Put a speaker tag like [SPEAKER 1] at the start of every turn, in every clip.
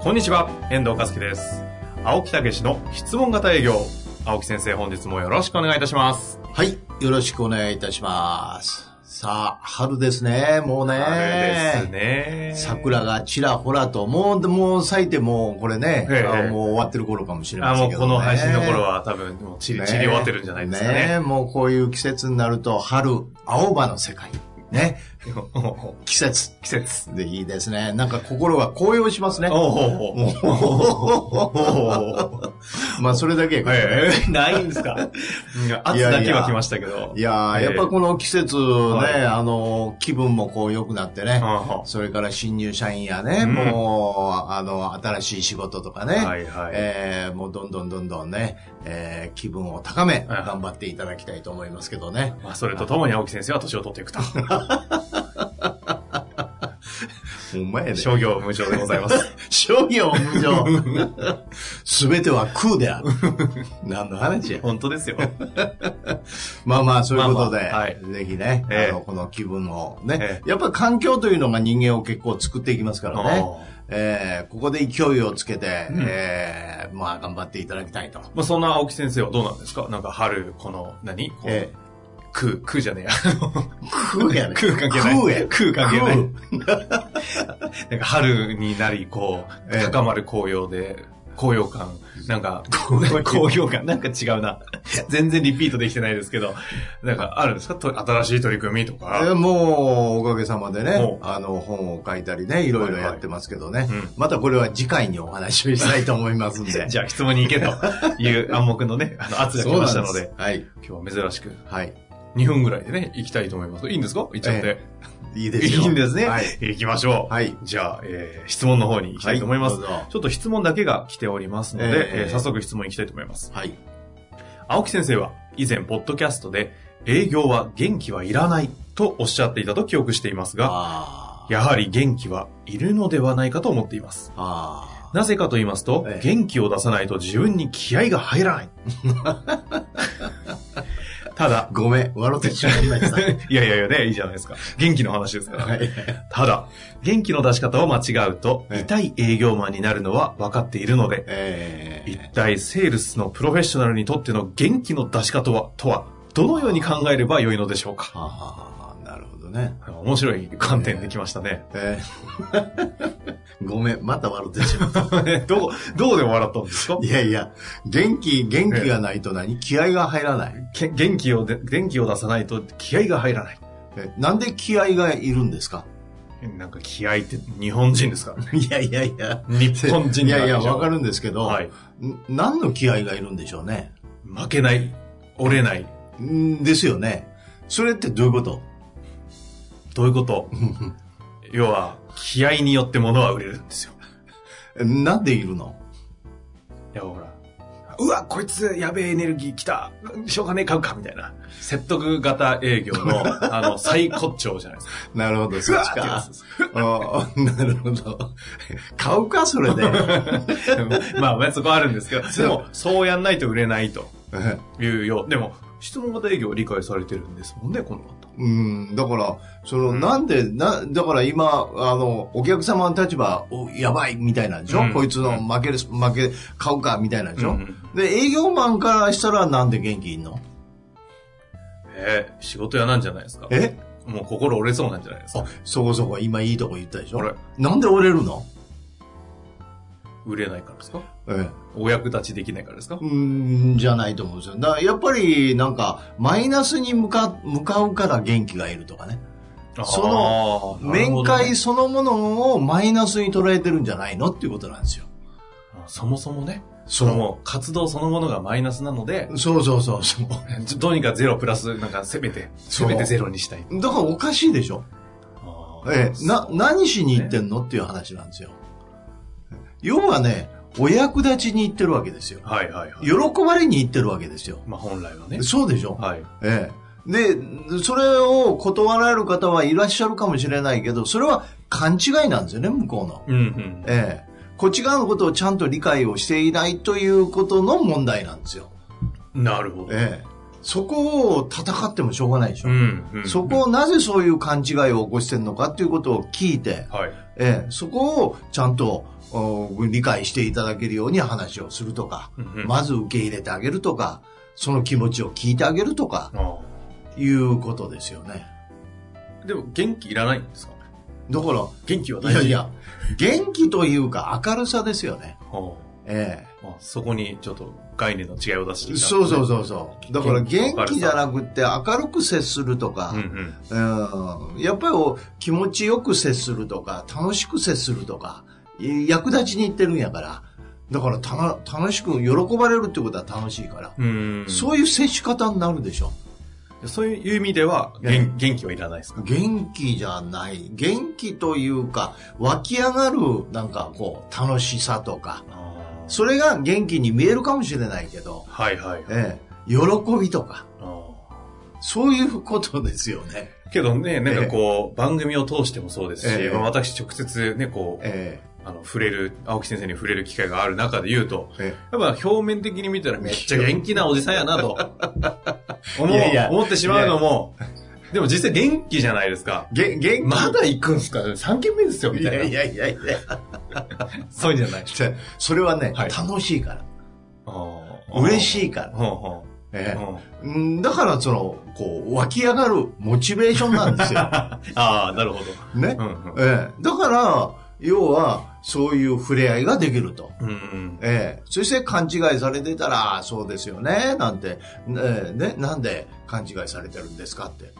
[SPEAKER 1] こんにちは、遠藤和樹です。青木武の質問型営業。青木先生、本日もよろしくお願いいたします。
[SPEAKER 2] はい。よろしくお願いいたします。さあ、春ですね。もうね。
[SPEAKER 1] あれですね。
[SPEAKER 2] 桜がちらほらと、もう、でもう咲いてもうこれね、
[SPEAKER 1] ええ
[SPEAKER 2] あもう終わってる頃かもしれま
[SPEAKER 1] あ、
[SPEAKER 2] せ
[SPEAKER 1] も
[SPEAKER 2] ん
[SPEAKER 1] う
[SPEAKER 2] けど、
[SPEAKER 1] こ
[SPEAKER 2] ね。
[SPEAKER 1] の配信の頃は多分、もう散り、
[SPEAKER 2] ね、
[SPEAKER 1] 散り終わってるんじゃないですか
[SPEAKER 2] ね
[SPEAKER 1] ね。
[SPEAKER 2] もうこういう季節になると、春、青葉の世界。ね。季節。
[SPEAKER 1] 季節。
[SPEAKER 2] で、いいですね。なんか心が高揚しますね。
[SPEAKER 1] おお
[SPEAKER 2] もう まあ、それだけやけどね
[SPEAKER 1] え えないんですか。うん
[SPEAKER 2] い
[SPEAKER 1] 圧
[SPEAKER 2] や
[SPEAKER 1] だけは来ましたけど。
[SPEAKER 2] いやー、
[SPEAKER 1] ええ
[SPEAKER 2] やっぱこの季節ね、
[SPEAKER 1] はい
[SPEAKER 2] あの、気分もこう良くなってね。
[SPEAKER 1] は
[SPEAKER 2] それから新入社員やね、
[SPEAKER 1] うん
[SPEAKER 2] もう、あの、新しい仕事とかね、
[SPEAKER 1] いはいはい。
[SPEAKER 2] えーもうどんどんどんどんね、えー気分を高め、
[SPEAKER 1] はい
[SPEAKER 2] 頑張っていただきたいと思いますけどね。
[SPEAKER 1] まあ、それとともに青木先生は年を取っていくと。
[SPEAKER 2] ほんまやね。
[SPEAKER 1] 商業無償でござい ます。
[SPEAKER 2] 商業無常。すべては空であ る。何の話や。
[SPEAKER 1] 本当ですよ。
[SPEAKER 2] まあまあ、そういうことで、
[SPEAKER 1] まあまあはい
[SPEAKER 2] ぜひね、
[SPEAKER 1] ええ
[SPEAKER 2] あの、この気分をね、
[SPEAKER 1] え
[SPEAKER 2] やっぱり環境というのが人間を結構作っていきますからね。
[SPEAKER 1] おー
[SPEAKER 2] えーここで勢いをつけて、
[SPEAKER 1] うん
[SPEAKER 2] えーまあ頑張っていただきたいと。
[SPEAKER 1] まあ、そんな青木先生はどうなんですかなんか春、この、何こう、
[SPEAKER 2] え
[SPEAKER 1] 空、空じゃねえや。
[SPEAKER 2] ー、空やね。
[SPEAKER 1] 空関係ない。
[SPEAKER 2] 空や。
[SPEAKER 1] 空関係ない。
[SPEAKER 2] 空
[SPEAKER 1] なんか春になり、こう、
[SPEAKER 2] ええ
[SPEAKER 1] 高まる紅葉で、高揚感、なん か、
[SPEAKER 2] 揚
[SPEAKER 1] 高揚感、なんか違うな。全然リピートできてないですけど、なんかあるんですかと新しい取り組みと
[SPEAKER 2] え
[SPEAKER 1] か。
[SPEAKER 2] ーもう、おかげさまでね
[SPEAKER 1] お、
[SPEAKER 2] あの、本を書いたりね、いろいろやってますけどね。
[SPEAKER 1] うん
[SPEAKER 2] またこれは次回にお話をしたいと思いますん で。
[SPEAKER 1] じゃあ質問に行 けという暗黙のね、あの圧が来ましたので、
[SPEAKER 2] そうなんす
[SPEAKER 1] 今日は珍しく
[SPEAKER 2] はい。はい。
[SPEAKER 1] 2分ぐらいでね、行きたいと思います。いいんですか行っちゃって。
[SPEAKER 2] いいですよ。
[SPEAKER 1] いいんですね。
[SPEAKER 2] はい。
[SPEAKER 1] 行きましょう。
[SPEAKER 2] はい。
[SPEAKER 1] じゃあ、えー質問の方に行きたいと思います。
[SPEAKER 2] はどうぞ
[SPEAKER 1] ちょっと質問だけが来ておりますので、
[SPEAKER 2] ええ
[SPEAKER 1] えー早速質問いきたいと思います。
[SPEAKER 2] はい。
[SPEAKER 1] 青木先生は以前、ポッドキャストで、営業は元気はいらないとおっしゃっていたと記憶していますが、
[SPEAKER 2] あー
[SPEAKER 1] やはり元気はいるのではないかと思っています。
[SPEAKER 2] あ
[SPEAKER 1] なぜかと言いますと、
[SPEAKER 2] ええ
[SPEAKER 1] 元気を出さないと自分に気合が入らない。 ただ
[SPEAKER 2] ー。、ごめん、笑ってしまいまし た。
[SPEAKER 1] いやいやいやね、いいじゃないですか。元気の話ですから。
[SPEAKER 2] はい
[SPEAKER 1] ただ、元気の出し方を間違うと、
[SPEAKER 2] ええ
[SPEAKER 1] 痛い営業マンになるのは分かっているので、
[SPEAKER 2] え
[SPEAKER 1] 一体セールスのプロフェッショナルにとっての元気の出し方は、とは、どのように考えればよいのでしょうか
[SPEAKER 2] ー、はあ、なるほどね。
[SPEAKER 1] 面白い観点できましたね。
[SPEAKER 2] えー ごめん、また笑ってしまった。
[SPEAKER 1] どう、どうで笑ったんですか
[SPEAKER 2] いやいや、元気、元気がないと何気合が入らない
[SPEAKER 1] け元気をで、元気を出さないと気合が入らない。
[SPEAKER 2] えなんで気合がいるんで すか
[SPEAKER 1] なんか気合って日本人ですからね。
[SPEAKER 2] いやいやいや。
[SPEAKER 1] 日本人
[SPEAKER 2] い
[SPEAKER 1] であ
[SPEAKER 2] や
[SPEAKER 1] る
[SPEAKER 2] い
[SPEAKER 1] 以上
[SPEAKER 2] や、わかるんですけど、
[SPEAKER 1] はい。
[SPEAKER 2] ん何の気合がいるんでしょうね。
[SPEAKER 1] 負けない、折れない。
[SPEAKER 2] んですよね。それってどういうこと
[SPEAKER 1] どういうこと要は、気合によって物は売れるんですよ。
[SPEAKER 2] えなんでいるの
[SPEAKER 1] いや、ほら。うわ、こいつ、やべえエネルギー来た。しょうがねえ、買うか、みたいな。説得型営業の、 あの、最骨頂じゃないですか。
[SPEAKER 2] なるほど、
[SPEAKER 1] う
[SPEAKER 2] そ
[SPEAKER 1] わ
[SPEAKER 2] っち
[SPEAKER 1] ー
[SPEAKER 2] か
[SPEAKER 1] っ。
[SPEAKER 2] あーなるほど。買うか、それ で。
[SPEAKER 1] てやつ ですまあ、まあ、そこはあるんですけど、でも、そうやんないと売れないというよう。でも、質問型営業を理解されてるんですもんね、この方。
[SPEAKER 2] うん、だから、その、
[SPEAKER 1] うん
[SPEAKER 2] なんで、な、だから今、あの、お客様の立場、おやばい、みたいなんでしょ、
[SPEAKER 1] うん
[SPEAKER 2] こいつの
[SPEAKER 1] うん
[SPEAKER 2] 負ける、負け、買うか、みたいなんでしょ、
[SPEAKER 1] うん
[SPEAKER 2] で、営業マンからしたらなんで元気いんの
[SPEAKER 1] えー仕事屋なんじゃないですか。
[SPEAKER 2] え
[SPEAKER 1] もう心折れそうなんじゃないですか
[SPEAKER 2] あ。、そこそこ、今いいとこ言ったでし
[SPEAKER 1] これ
[SPEAKER 2] ょ、なんで折れるの
[SPEAKER 1] 売れないからですか
[SPEAKER 2] え
[SPEAKER 1] お役立ちできないからですか
[SPEAKER 2] え、うん、じゃないと思うんですよ。だから、やっぱり、なんか、マイナスに向か、向かうから元気がいるとかね。そ
[SPEAKER 1] の
[SPEAKER 2] 面会そのものをマイナスに捉えてるんじゃないのっていうことなんですよ。
[SPEAKER 1] そもそもね、そ
[SPEAKER 2] そ
[SPEAKER 1] のもう活動そのものがマイナスなので、
[SPEAKER 2] う。そうそうそうそう。
[SPEAKER 1] ちょどうにかゼロプラス、なんかせめて、せ
[SPEAKER 2] そう
[SPEAKER 1] めてゼロにしたい。
[SPEAKER 2] だからおかしいでしょ。ええ、な、何しに行ってんのっていう話なんですよ。要はね、お役立ちに行ってるわけですよ。
[SPEAKER 1] はいはいはい。
[SPEAKER 2] 喜ばれに行ってるわけですよ。
[SPEAKER 1] まあ本来はね。
[SPEAKER 2] そうでしょ、
[SPEAKER 1] はい。
[SPEAKER 2] ええ。で、それを断られる方はいらっしゃるかもしれないけど、それは勘違いなんですよね、向こうの。
[SPEAKER 1] うんうん。
[SPEAKER 2] ええ。こっち側のことをちゃんと理解をしていないということの問題なんですよ。
[SPEAKER 1] なるほど。
[SPEAKER 2] ええ。そこを戦ってもしょうがないでしょ。
[SPEAKER 1] うん、うん。
[SPEAKER 2] そこをなぜそういう勘違いを起こしてるのかっていうことを聞いて、
[SPEAKER 1] はい。
[SPEAKER 2] ええ、そこをちゃんとお理解していただけるように話をするとか、
[SPEAKER 1] うんうん
[SPEAKER 2] まず受け入れてあげるとか、その気持ちを聞いてあげるとか、
[SPEAKER 1] あ
[SPEAKER 2] いうことですよね。
[SPEAKER 1] あでも元気いらないんですか
[SPEAKER 2] だか
[SPEAKER 1] 元気は
[SPEAKER 2] ら、
[SPEAKER 1] 大
[SPEAKER 2] いや
[SPEAKER 1] 事。
[SPEAKER 2] いや、元気というか明るさですよね。
[SPEAKER 1] は
[SPEAKER 2] え
[SPEAKER 1] あ。まあ、そこにちょっと概念の違いを出して
[SPEAKER 2] え。
[SPEAKER 1] いた
[SPEAKER 2] そうそう
[SPEAKER 1] う。
[SPEAKER 2] そうそう。だから元気じゃなくて明るく接するとか
[SPEAKER 1] うん、うん。
[SPEAKER 2] うんやっぱりお気持ちよく接するとか、楽しく接するとか、い役立ちに行ってるんやから、だからたな楽しく、喜ばれるってことは楽しいから、
[SPEAKER 1] うん
[SPEAKER 2] そういう接し方になるでしょ。
[SPEAKER 1] そういう意味では、
[SPEAKER 2] いや
[SPEAKER 1] 元元気はいらないですか
[SPEAKER 2] 元気じゃない、元気というか、湧き上がる、なんかこう、楽しさとか、
[SPEAKER 1] あ
[SPEAKER 2] それが元気に見えるかもしれないけど
[SPEAKER 1] あ、はいはい。
[SPEAKER 2] ええ、喜びとか、
[SPEAKER 1] あ
[SPEAKER 2] そういうことですよね。
[SPEAKER 1] あけどね、なんかこう、番組を通してもそうですし、
[SPEAKER 2] ええ
[SPEAKER 1] まあ私直接ね、こう、
[SPEAKER 2] え
[SPEAKER 1] あの、触れる、青木先生に触れる機会がある中で言うと、
[SPEAKER 2] え、ええ
[SPEAKER 1] やっぱ表面的に見たらめっちゃ元気なおじさんやなと、思う、
[SPEAKER 2] いやいや
[SPEAKER 1] 思ってしまうのも、でも実際元気じゃないですか。
[SPEAKER 2] げ元気、
[SPEAKER 1] まだ行くんすか ?3 軒目ですよ、み
[SPEAKER 2] い
[SPEAKER 1] たいな。
[SPEAKER 2] やいやいやいや。
[SPEAKER 1] そういうんじゃない。
[SPEAKER 2] じゃあそれはね、
[SPEAKER 1] はい
[SPEAKER 2] 楽しいから。嬉
[SPEAKER 1] 嬉い。
[SPEAKER 2] しいから。
[SPEAKER 1] ほうほう
[SPEAKER 2] ええ
[SPEAKER 1] ほう
[SPEAKER 2] うんだから、その、こう、湧き上がるモチベーションなんです よ。
[SPEAKER 1] ああ、なるほど。
[SPEAKER 2] ね
[SPEAKER 1] う。ん
[SPEAKER 2] ええだから、要は、そういう触れ合いができると。
[SPEAKER 1] うん。うんうん。
[SPEAKER 2] ええそして勘違いされてたら、ああそうですよね、なんて、ねね、なんで勘違いされてるんですかって。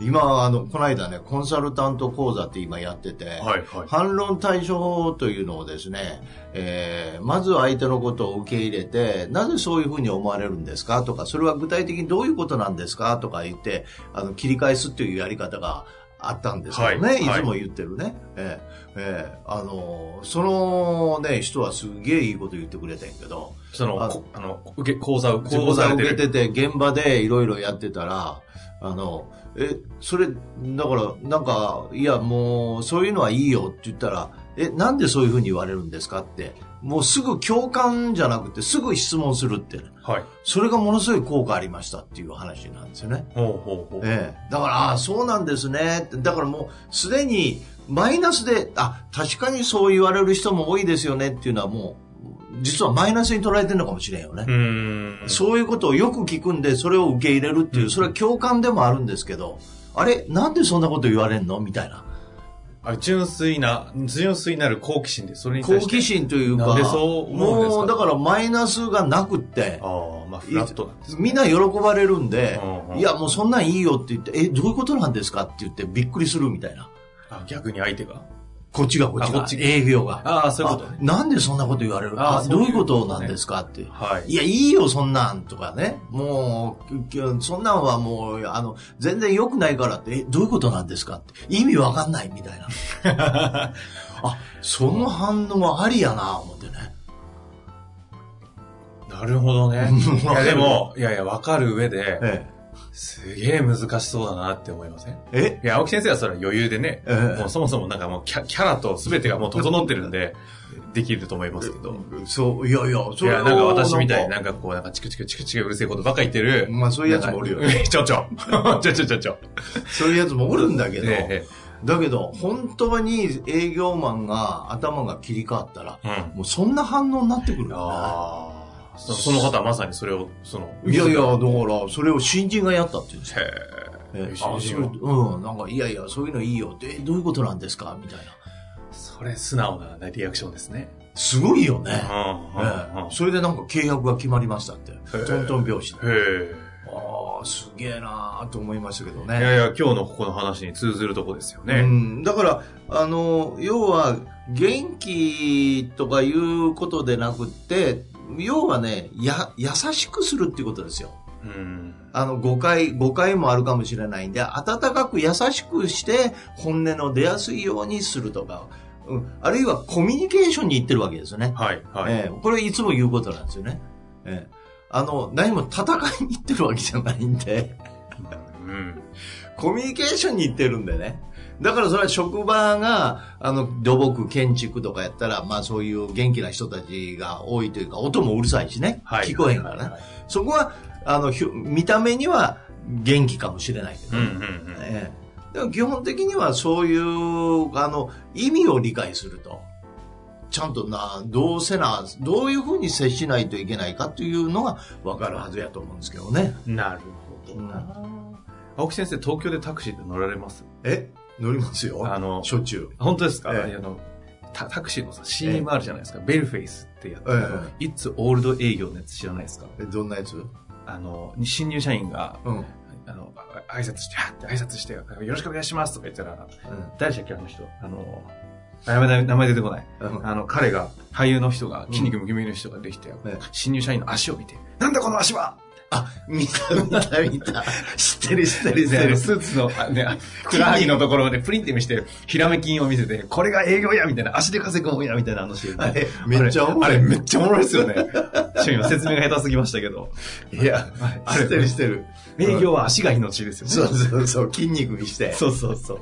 [SPEAKER 2] 今、あの、この間ね、コンサルタント講座って今やってて、
[SPEAKER 1] はいはい。
[SPEAKER 2] 反論対処法というのをですね、えーまず相手のことを受け入れて、なぜそういうふうに思われるんですかとか、それは具体的にどういうことなんですかとか言って、あの、切り返すっていうやり方があったんですけどね、、
[SPEAKER 1] はいいはい
[SPEAKER 2] つも言ってるね。えーえーあのーそのね、人はすげえいいこと言ってくれてんけど、
[SPEAKER 1] その、
[SPEAKER 2] あ
[SPEAKER 1] こあの、受け、講座を、
[SPEAKER 2] 講座を受け
[SPEAKER 1] る。
[SPEAKER 2] てて、現場でいろいろやってたら、あの、え、それ、だから、なんか、いや、もう、そういうのはいいよって言ったら、え、なんでそういうふうに言われるんですかって、もうすぐ共感じゃなくて、すぐ質問するって、
[SPEAKER 1] はい。
[SPEAKER 2] それがものすごい効果ありましたっていう話なんですよね。
[SPEAKER 1] ほうほうほう。
[SPEAKER 2] ええ、だから、ああそうなんですねって。だからもう、すでに、マイナスで、あ、確かにそう言われる人も多いですよねっていうのはもう、実はマイナスに捉えてるのかもしれんよね。
[SPEAKER 1] うーん。
[SPEAKER 2] そういうことをよく聞くんで、それを受け入れるっていう、それは共感でもあるんですけど、あれなんでそんなこと言われんのみたいな。
[SPEAKER 1] あ純粋な、純粋なる好奇心で、それに対
[SPEAKER 2] 好
[SPEAKER 1] して。
[SPEAKER 2] 奇心というか、
[SPEAKER 1] なんでそう思うんですか
[SPEAKER 2] もうだからマイナスがなくって、
[SPEAKER 1] ああ、まあ、フラットなんですね。
[SPEAKER 2] みんな喜ばれるんで
[SPEAKER 1] うんう、ん
[SPEAKER 2] いやもうそんなんいいよって言って、え、どういうことなんですかって言ってびっくりするみたいな。
[SPEAKER 1] あ、逆に相手が。
[SPEAKER 2] こっちがこっち
[SPEAKER 1] あ
[SPEAKER 2] が、
[SPEAKER 1] こっちが
[SPEAKER 2] 営業が。
[SPEAKER 1] ああ、そういうこと
[SPEAKER 2] あ
[SPEAKER 1] ね。
[SPEAKER 2] なんでそんなこと言われる
[SPEAKER 1] あ
[SPEAKER 2] あ
[SPEAKER 1] そう
[SPEAKER 2] どう
[SPEAKER 1] い
[SPEAKER 2] いううこ
[SPEAKER 1] ことね
[SPEAKER 2] となんですかって。
[SPEAKER 1] はい。
[SPEAKER 2] いや、いいよ、そんなん、とかね。もうき、そんなんはもう、あの、全然良くないからって、え、どういうことなんですかって。意味わかんない、みたいな。 あ、その反応はありやな、思ってね。
[SPEAKER 1] なるほど ね。いや、でも、いやいや、わかる上で、
[SPEAKER 2] え
[SPEAKER 1] すげえ難しそうだなって思いません
[SPEAKER 2] え。え
[SPEAKER 1] いや、青木先生はそれは余裕でね、
[SPEAKER 2] ええ
[SPEAKER 1] もうそもそもなんかもうキャキャラと全てがもう整ってるんで、できると思いますけど。
[SPEAKER 2] そう、いやいや、
[SPEAKER 1] い
[SPEAKER 2] それ
[SPEAKER 1] や、
[SPEAKER 2] を
[SPEAKER 1] なんか私みたいになんかこう、なんかチクチクチクチクうるせえことばっか言ってる。
[SPEAKER 2] まあそういうやつもおるよね
[SPEAKER 1] なんかちょちょ。ちょ ちょちょちょ。
[SPEAKER 2] そういうやつもおるんだけど、
[SPEAKER 1] え
[SPEAKER 2] だけど、本当に営業マンが頭が切り替わったら、
[SPEAKER 1] えうん。
[SPEAKER 2] もうそんな反応になってくるよ
[SPEAKER 1] ああ。そその方はまさにそれを、その。
[SPEAKER 2] ね。いやいや、だから、それを新人がやったって言うんですよ
[SPEAKER 1] へえ
[SPEAKER 2] えあそううん、なんか、いやいや、そういうのいいよって、えどういうことなんですかみたいな。
[SPEAKER 1] それ素直なねリアクションですね。
[SPEAKER 2] すごいよね。
[SPEAKER 1] うん
[SPEAKER 2] ええそれでなんか契約が決まりましたって、トントン拍子で。
[SPEAKER 1] うんうん。へ
[SPEAKER 2] ああ、すげえなーと思いましたけど
[SPEAKER 1] え。いや
[SPEAKER 2] ね。
[SPEAKER 1] いや、今日のここの話に通ずるとこですよ
[SPEAKER 2] う
[SPEAKER 1] ね。
[SPEAKER 2] ん、だから、あの、要は、元気とかいうことでなくって、要はね、や、優しくするっていうことですよ。
[SPEAKER 1] うん。
[SPEAKER 2] あの、誤解、誤解もあるかもしれないんで、温かく優しくして、本音の出やすいようにするとか、うん、あるいはコミュニケーションに行ってるわけですよね。
[SPEAKER 1] はい、はい。
[SPEAKER 2] ええこれいつも言うことなんですよね。ええあの、何も戦いに行ってるわけじゃないんで、
[SPEAKER 1] うん。
[SPEAKER 2] コミュニケーションに行ってるんでね。だからそれは職場が、あの、土木、建築とかやったら、まあそういう元気な人たちが多いというか、音もうるさいしね。
[SPEAKER 1] はい。
[SPEAKER 2] 聞こえへんからね。
[SPEAKER 1] ね。
[SPEAKER 2] そこは、あの、ひょ見た目には元気かもしれないけ
[SPEAKER 1] う
[SPEAKER 2] ど、
[SPEAKER 1] ん、うん、うん。
[SPEAKER 2] ええでも基本的にはそういう、あの、意味を理解すると。ちゃんとな、どうせな、どういうふうに接しないといけないかというのが分かるはずやと思うんですけどね。
[SPEAKER 1] なるほどな。青木先生、東京でタクシーで乗られます
[SPEAKER 2] え乗りますよ。
[SPEAKER 1] あの
[SPEAKER 2] しょっちゅう。
[SPEAKER 1] 本当ですか、
[SPEAKER 2] ええ
[SPEAKER 1] あのタタクシーのさ、CM あるじゃないですか。ベルフェイスってやつ。
[SPEAKER 2] え
[SPEAKER 1] いつオールド営業のやつ知らないですか
[SPEAKER 2] ええどんなやつ
[SPEAKER 1] あの、新入社員が、
[SPEAKER 2] うん。うん
[SPEAKER 1] あの、あ挨拶して、はって挨拶して、よろしくお願いしますとか言ったら、誰でしたっけあの人。あの、あやめな名前出てこない。
[SPEAKER 2] うん
[SPEAKER 1] あの、彼が、俳優の人が、筋肉ムキムキの人ができて、
[SPEAKER 2] ええ
[SPEAKER 1] 新入社員の足を見て、なんだこの足は
[SPEAKER 2] あ、見た見た 見た。知ってる知ってる知って
[SPEAKER 1] で
[SPEAKER 2] る。
[SPEAKER 1] スーツの、あ ね、ふくらはぎのところまでプリンって見して、ひらめきを見せて、これが営業やみたいな、足で稼ぐもんやみたいなあのシーン。
[SPEAKER 2] あれめっちゃ面
[SPEAKER 1] あ
[SPEAKER 2] 白
[SPEAKER 1] れ
[SPEAKER 2] い。
[SPEAKER 1] めっちゃおもろいですよ ね。ちょ今説明が下手すぎましたけど。
[SPEAKER 2] いや、
[SPEAKER 1] あ
[SPEAKER 2] 知ってる
[SPEAKER 1] れ、
[SPEAKER 2] 知ってる。
[SPEAKER 1] 営業は足が命ですよね。
[SPEAKER 2] そうそうそう、筋肉にして。
[SPEAKER 1] そうそうそう。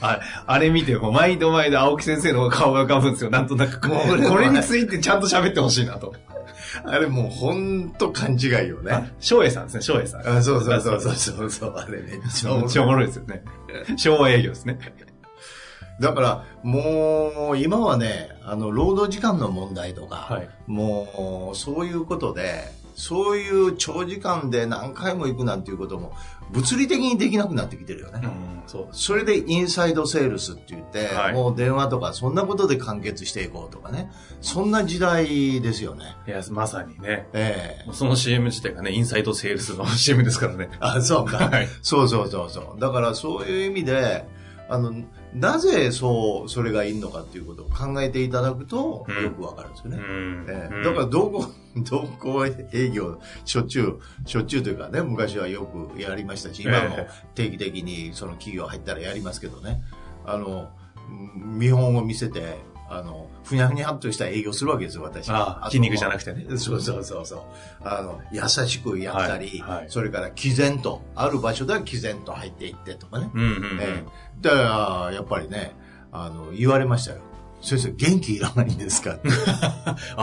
[SPEAKER 1] ああれ見て、もう毎度毎度青木先生の顔が浮かぶんですよ。なんとなくこ
[SPEAKER 2] もう
[SPEAKER 1] う。これについてちゃんと喋ってほしいなと。
[SPEAKER 2] あれもうほんと勘違いよね。
[SPEAKER 1] 翔英さんですね、翔英さん。
[SPEAKER 2] あそうそうそうそうそうそう、あれめっちゃ
[SPEAKER 1] め
[SPEAKER 2] 面
[SPEAKER 1] っちゃお
[SPEAKER 2] 白い。
[SPEAKER 1] もろいですよね。昭営業ですね。
[SPEAKER 2] だから、もう、今はね、あの、労働時間の問題とか、
[SPEAKER 1] はい
[SPEAKER 2] もう、そういうことで、そういう長時間で何回も行くなんていうことも、物理的にできなくなってきてるよね。
[SPEAKER 1] そう
[SPEAKER 2] それでインサイドセールスって言って、
[SPEAKER 1] はい
[SPEAKER 2] もう電話とかそんなことで完結していこうとかね。そんな時代ですよね。
[SPEAKER 1] いや、まさにね。
[SPEAKER 2] ええ
[SPEAKER 1] その CM 自体がね、インサイドセールスの CM ですからね。
[SPEAKER 2] あ、そうか。
[SPEAKER 1] はい。
[SPEAKER 2] そうそうそうそう。だからそういう意味で、あの、なぜそう、それがいいのかっていうことを考えていただくと、
[SPEAKER 1] うん
[SPEAKER 2] よくわかるんですよね。
[SPEAKER 1] ん
[SPEAKER 2] ええだから、同 行、同行営業、しょっちゅう、しょっちゅうというかね、昔はよくやりましたし、今
[SPEAKER 1] え
[SPEAKER 2] も
[SPEAKER 1] え
[SPEAKER 2] 定期的にその企業入ったらやりますけどね、あの、うん見本を見せて、あの、ふにゃふにゃっとした営業するわけですよ、私。
[SPEAKER 1] ああ、筋肉じゃなくてね。
[SPEAKER 2] そうそうそうそう。あの、優しくやったり、
[SPEAKER 1] はいはい
[SPEAKER 2] それから毅然と、ある場所では毅然と入っていってとかね。
[SPEAKER 1] うんうんうん。
[SPEAKER 2] ええだから、やっぱりね、あの、言われましたよ。先生、元気いらないんですかって。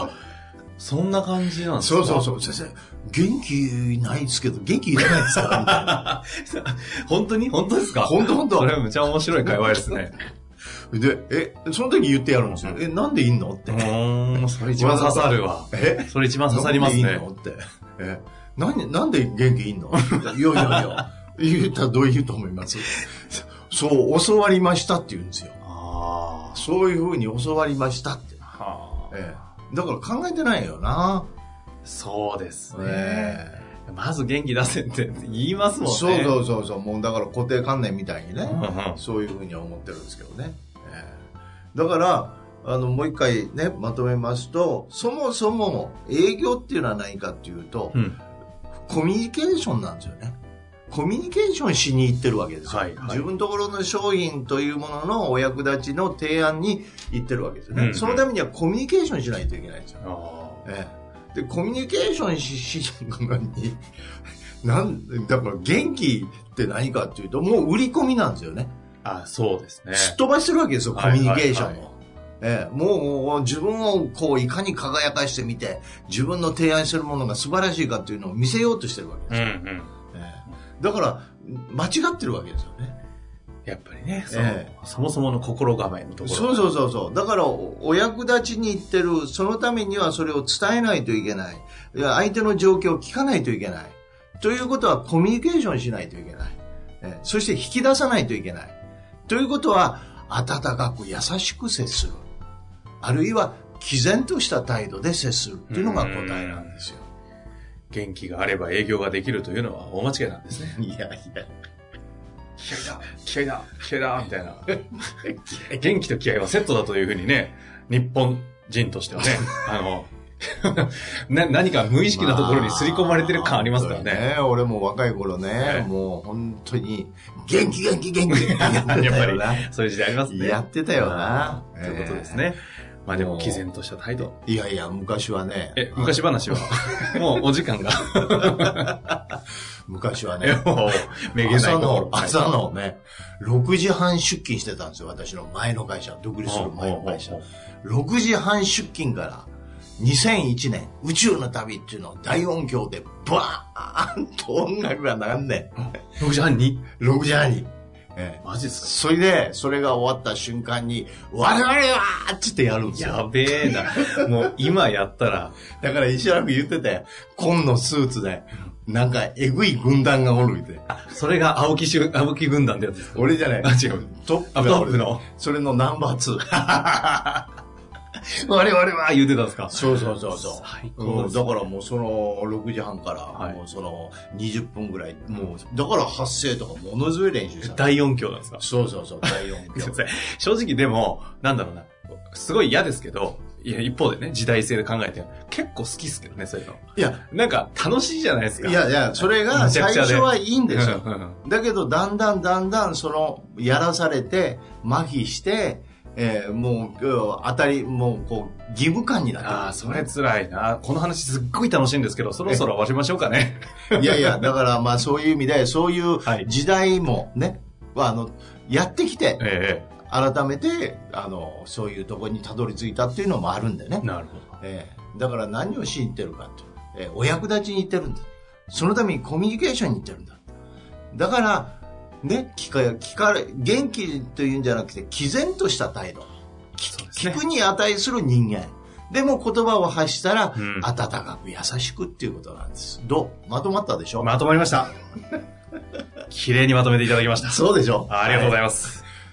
[SPEAKER 1] そんな感じなんですか
[SPEAKER 2] そうそうそう。先生、元気ないですけど、元気いらないですかみたいな。
[SPEAKER 1] 本当に本当ですか
[SPEAKER 2] ほんとほん と
[SPEAKER 1] それめちゃ面白い会話ですね。
[SPEAKER 2] で、え、その時言ってやるんですよ。え、なんでいんのって。
[SPEAKER 1] うん、それ一番刺さるわ。
[SPEAKER 2] え
[SPEAKER 1] それ一番刺さります
[SPEAKER 2] なんで
[SPEAKER 1] ね
[SPEAKER 2] いん。のって。え、なんなんで元気いんの いやいやいや、言ったらどう言うと思いますそう、教わりましたって言うんですよ。
[SPEAKER 1] あ
[SPEAKER 2] そういうふうに教わりましたって。
[SPEAKER 1] あ。はあ。
[SPEAKER 2] ええ、だから考えてないよな。
[SPEAKER 1] そうですね。
[SPEAKER 2] ええ
[SPEAKER 1] まず元気出せって言いますもんね。
[SPEAKER 2] そう
[SPEAKER 1] う。
[SPEAKER 2] そうそうそう。もうだから固定観念みたいにね、
[SPEAKER 1] ん
[SPEAKER 2] そういうふうには思ってるんですけどね。ええだから、あの、もう一回ね、まとめますと、そもそも営業っていうのは何かっていうと、
[SPEAKER 1] うん。
[SPEAKER 2] コミュニケーションなんですよね。コミュニケーションしに行ってるわけですよ。
[SPEAKER 1] はいはい
[SPEAKER 2] 自分のところの商品というもののお役立ちの提案に行ってるわけですよね。
[SPEAKER 1] うんうん
[SPEAKER 2] そのためにはコミュニケーションしないといけないんですよ。
[SPEAKER 1] あ
[SPEAKER 2] ええ、でコミュニケーションししのになんだから元気って何かっていうともう売り込みなんですよね
[SPEAKER 1] ああ、そうですね。
[SPEAKER 2] すっ飛ばしてるわけですよコミュニケーションを、
[SPEAKER 1] はいはいは
[SPEAKER 2] ええ、もう自分をこういかに輝かしてみて自分の提案してるものが素晴らしいかっていうのを見せようとしてるわけ
[SPEAKER 1] う
[SPEAKER 2] で
[SPEAKER 1] んう
[SPEAKER 2] すよ、
[SPEAKER 1] ん。
[SPEAKER 2] ええ、だから間違ってるわけですよね
[SPEAKER 1] やっぱりね、その
[SPEAKER 2] え
[SPEAKER 1] そもそもの心構えのところ。
[SPEAKER 2] そうそうそうそうだからおお役立ちに行ってるそのためにはそれを伝えないといけないいや相手の状況を聞かないといけないということはコミュニケーションしないといけないえそして引き出さないといけないということは温かく優しく接するあるいは毅然とした態度で接するっていうのが答えなんですよ
[SPEAKER 1] 元気があれば営業ができるというのは大間違いなんですね。
[SPEAKER 2] いやいや
[SPEAKER 1] 気合だ気合だ気合だみたい な。 元気と気合はセットだというふうにね、日本人としてはね、あの、 な何か無意識なところに刷り込まれてる感ありますからね。
[SPEAKER 2] まあ本当に俺も若い頃ね、
[SPEAKER 1] はい
[SPEAKER 2] もう本当に、元気元気元気
[SPEAKER 1] やっぱりそういう時代ありますね。
[SPEAKER 2] やってたよな。
[SPEAKER 1] ということですね。まあでも、毅然とした態度。
[SPEAKER 2] えー。いやいや、昔はね。
[SPEAKER 1] え、昔話は、もうお時間が、
[SPEAKER 2] 昔は
[SPEAKER 1] え
[SPEAKER 2] ね。
[SPEAKER 1] もう、めげない
[SPEAKER 2] 朝
[SPEAKER 1] とこ
[SPEAKER 2] の
[SPEAKER 1] ろ、。
[SPEAKER 2] 朝のね、6時半出勤してたんですよ、私の前の会社、独立する前の会社
[SPEAKER 1] ほう。
[SPEAKER 2] 6時半出勤から、2001年、宇宙の旅っていうのを大音響で、バーンと音楽が流んね
[SPEAKER 1] 6時半に。
[SPEAKER 2] ん。6時半に。ええ
[SPEAKER 1] マジっす
[SPEAKER 2] それで、それが終わった瞬間に、我々はっつってやるんです
[SPEAKER 1] かや
[SPEAKER 2] よ。
[SPEAKER 1] べえな。もう今やったら、
[SPEAKER 2] だから石原君言ってて、紺のスーツで、なんかえぐい軍団がおるって。
[SPEAKER 1] それが青木しゅ、青木軍団でやつです。
[SPEAKER 2] 俺じゃない
[SPEAKER 1] あ、。違う。
[SPEAKER 2] トッ
[SPEAKER 1] アブト
[SPEAKER 2] プが
[SPEAKER 1] ッ
[SPEAKER 2] 俺
[SPEAKER 1] プの。
[SPEAKER 2] それのナンバー2。
[SPEAKER 1] 我々は言うてたんですか
[SPEAKER 2] そうそうそうそう。
[SPEAKER 1] 最高
[SPEAKER 2] う
[SPEAKER 1] で
[SPEAKER 2] ん、
[SPEAKER 1] す
[SPEAKER 2] だからもうその6時半から、
[SPEAKER 1] はい
[SPEAKER 2] もうその20分ぐらい、もう、だから発声とかものすごい練習した。
[SPEAKER 1] 大音響なんですか
[SPEAKER 2] そうそうそう、第4
[SPEAKER 1] すいま
[SPEAKER 2] 秒。
[SPEAKER 1] せん正直でも、なんだろうな。すごい嫌ですけど、いや、一方でね、時代性で考えて、結構好きっすけどね、そういうの。
[SPEAKER 2] いや、
[SPEAKER 1] なんか、楽しいじゃないですか。
[SPEAKER 2] いやいや、それが
[SPEAKER 1] めちゃく
[SPEAKER 2] 最
[SPEAKER 1] ちゃで
[SPEAKER 2] 初はいいんですよ。
[SPEAKER 1] うんうん
[SPEAKER 2] だけど、だんだんだんだん、その、やらされて、麻痺して、えーもう、うん当たり、もう、こう、義務感になってくる
[SPEAKER 1] ああ、それ辛いな。この話すっごい楽しいんですけど、そろそろ終わりましょうかね。
[SPEAKER 2] いやいや、だからまあそういう意味で、そういう
[SPEAKER 1] はい
[SPEAKER 2] 時代もね、はあの、やってきて、
[SPEAKER 1] え
[SPEAKER 2] 改めて、あの、そういうとこにたどり着いたっていうのもあるんでね
[SPEAKER 1] え。なるほど。
[SPEAKER 2] ええだから何をしに行ってるかと。ええお役立ちに行ってるんだ。そのためにコミュニケーションに行ってるんだ。だから、ね、聞か、聞かれ、元気というんじゃなくて、毅然とした態度。
[SPEAKER 1] そうです
[SPEAKER 2] 聞
[SPEAKER 1] ね。
[SPEAKER 2] くに値する人間。でも言葉を発したら、
[SPEAKER 1] うん
[SPEAKER 2] 温かく優しくっていうことなんです。どうまとまったでしょ
[SPEAKER 1] まとまりました。綺麗にまとめていただきました。
[SPEAKER 2] そうでしょ
[SPEAKER 1] ありがとうござ
[SPEAKER 2] い
[SPEAKER 1] います。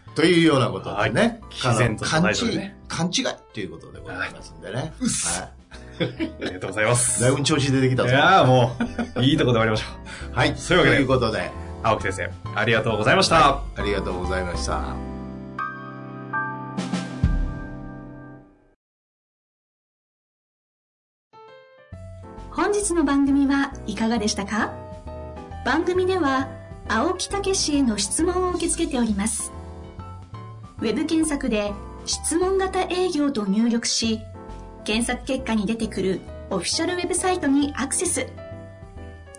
[SPEAKER 2] ます。というようなことでね。
[SPEAKER 1] はい毅然とした
[SPEAKER 2] 勘
[SPEAKER 1] 態
[SPEAKER 2] 違
[SPEAKER 1] 度で
[SPEAKER 2] い
[SPEAKER 1] ね、
[SPEAKER 2] 勘違いということでございますんでね。
[SPEAKER 1] うっす
[SPEAKER 2] は
[SPEAKER 1] ありがとうございます。
[SPEAKER 2] い。だいぶ調子出てきた
[SPEAKER 1] い
[SPEAKER 2] ぞ。
[SPEAKER 1] やーもう、いいとこで終わりましょう。
[SPEAKER 2] はい。
[SPEAKER 1] そういうわけで
[SPEAKER 2] ということで、
[SPEAKER 1] 青木先生、ありがとうございました。
[SPEAKER 2] ありがとうございました。
[SPEAKER 3] 本日の番組はいかがでしたか番組では青木武氏への質問を受け付けておりますウェブ検索で「質問型営業」と入力し検索結果に出てくるオフィシャルウェブサイトにアクセス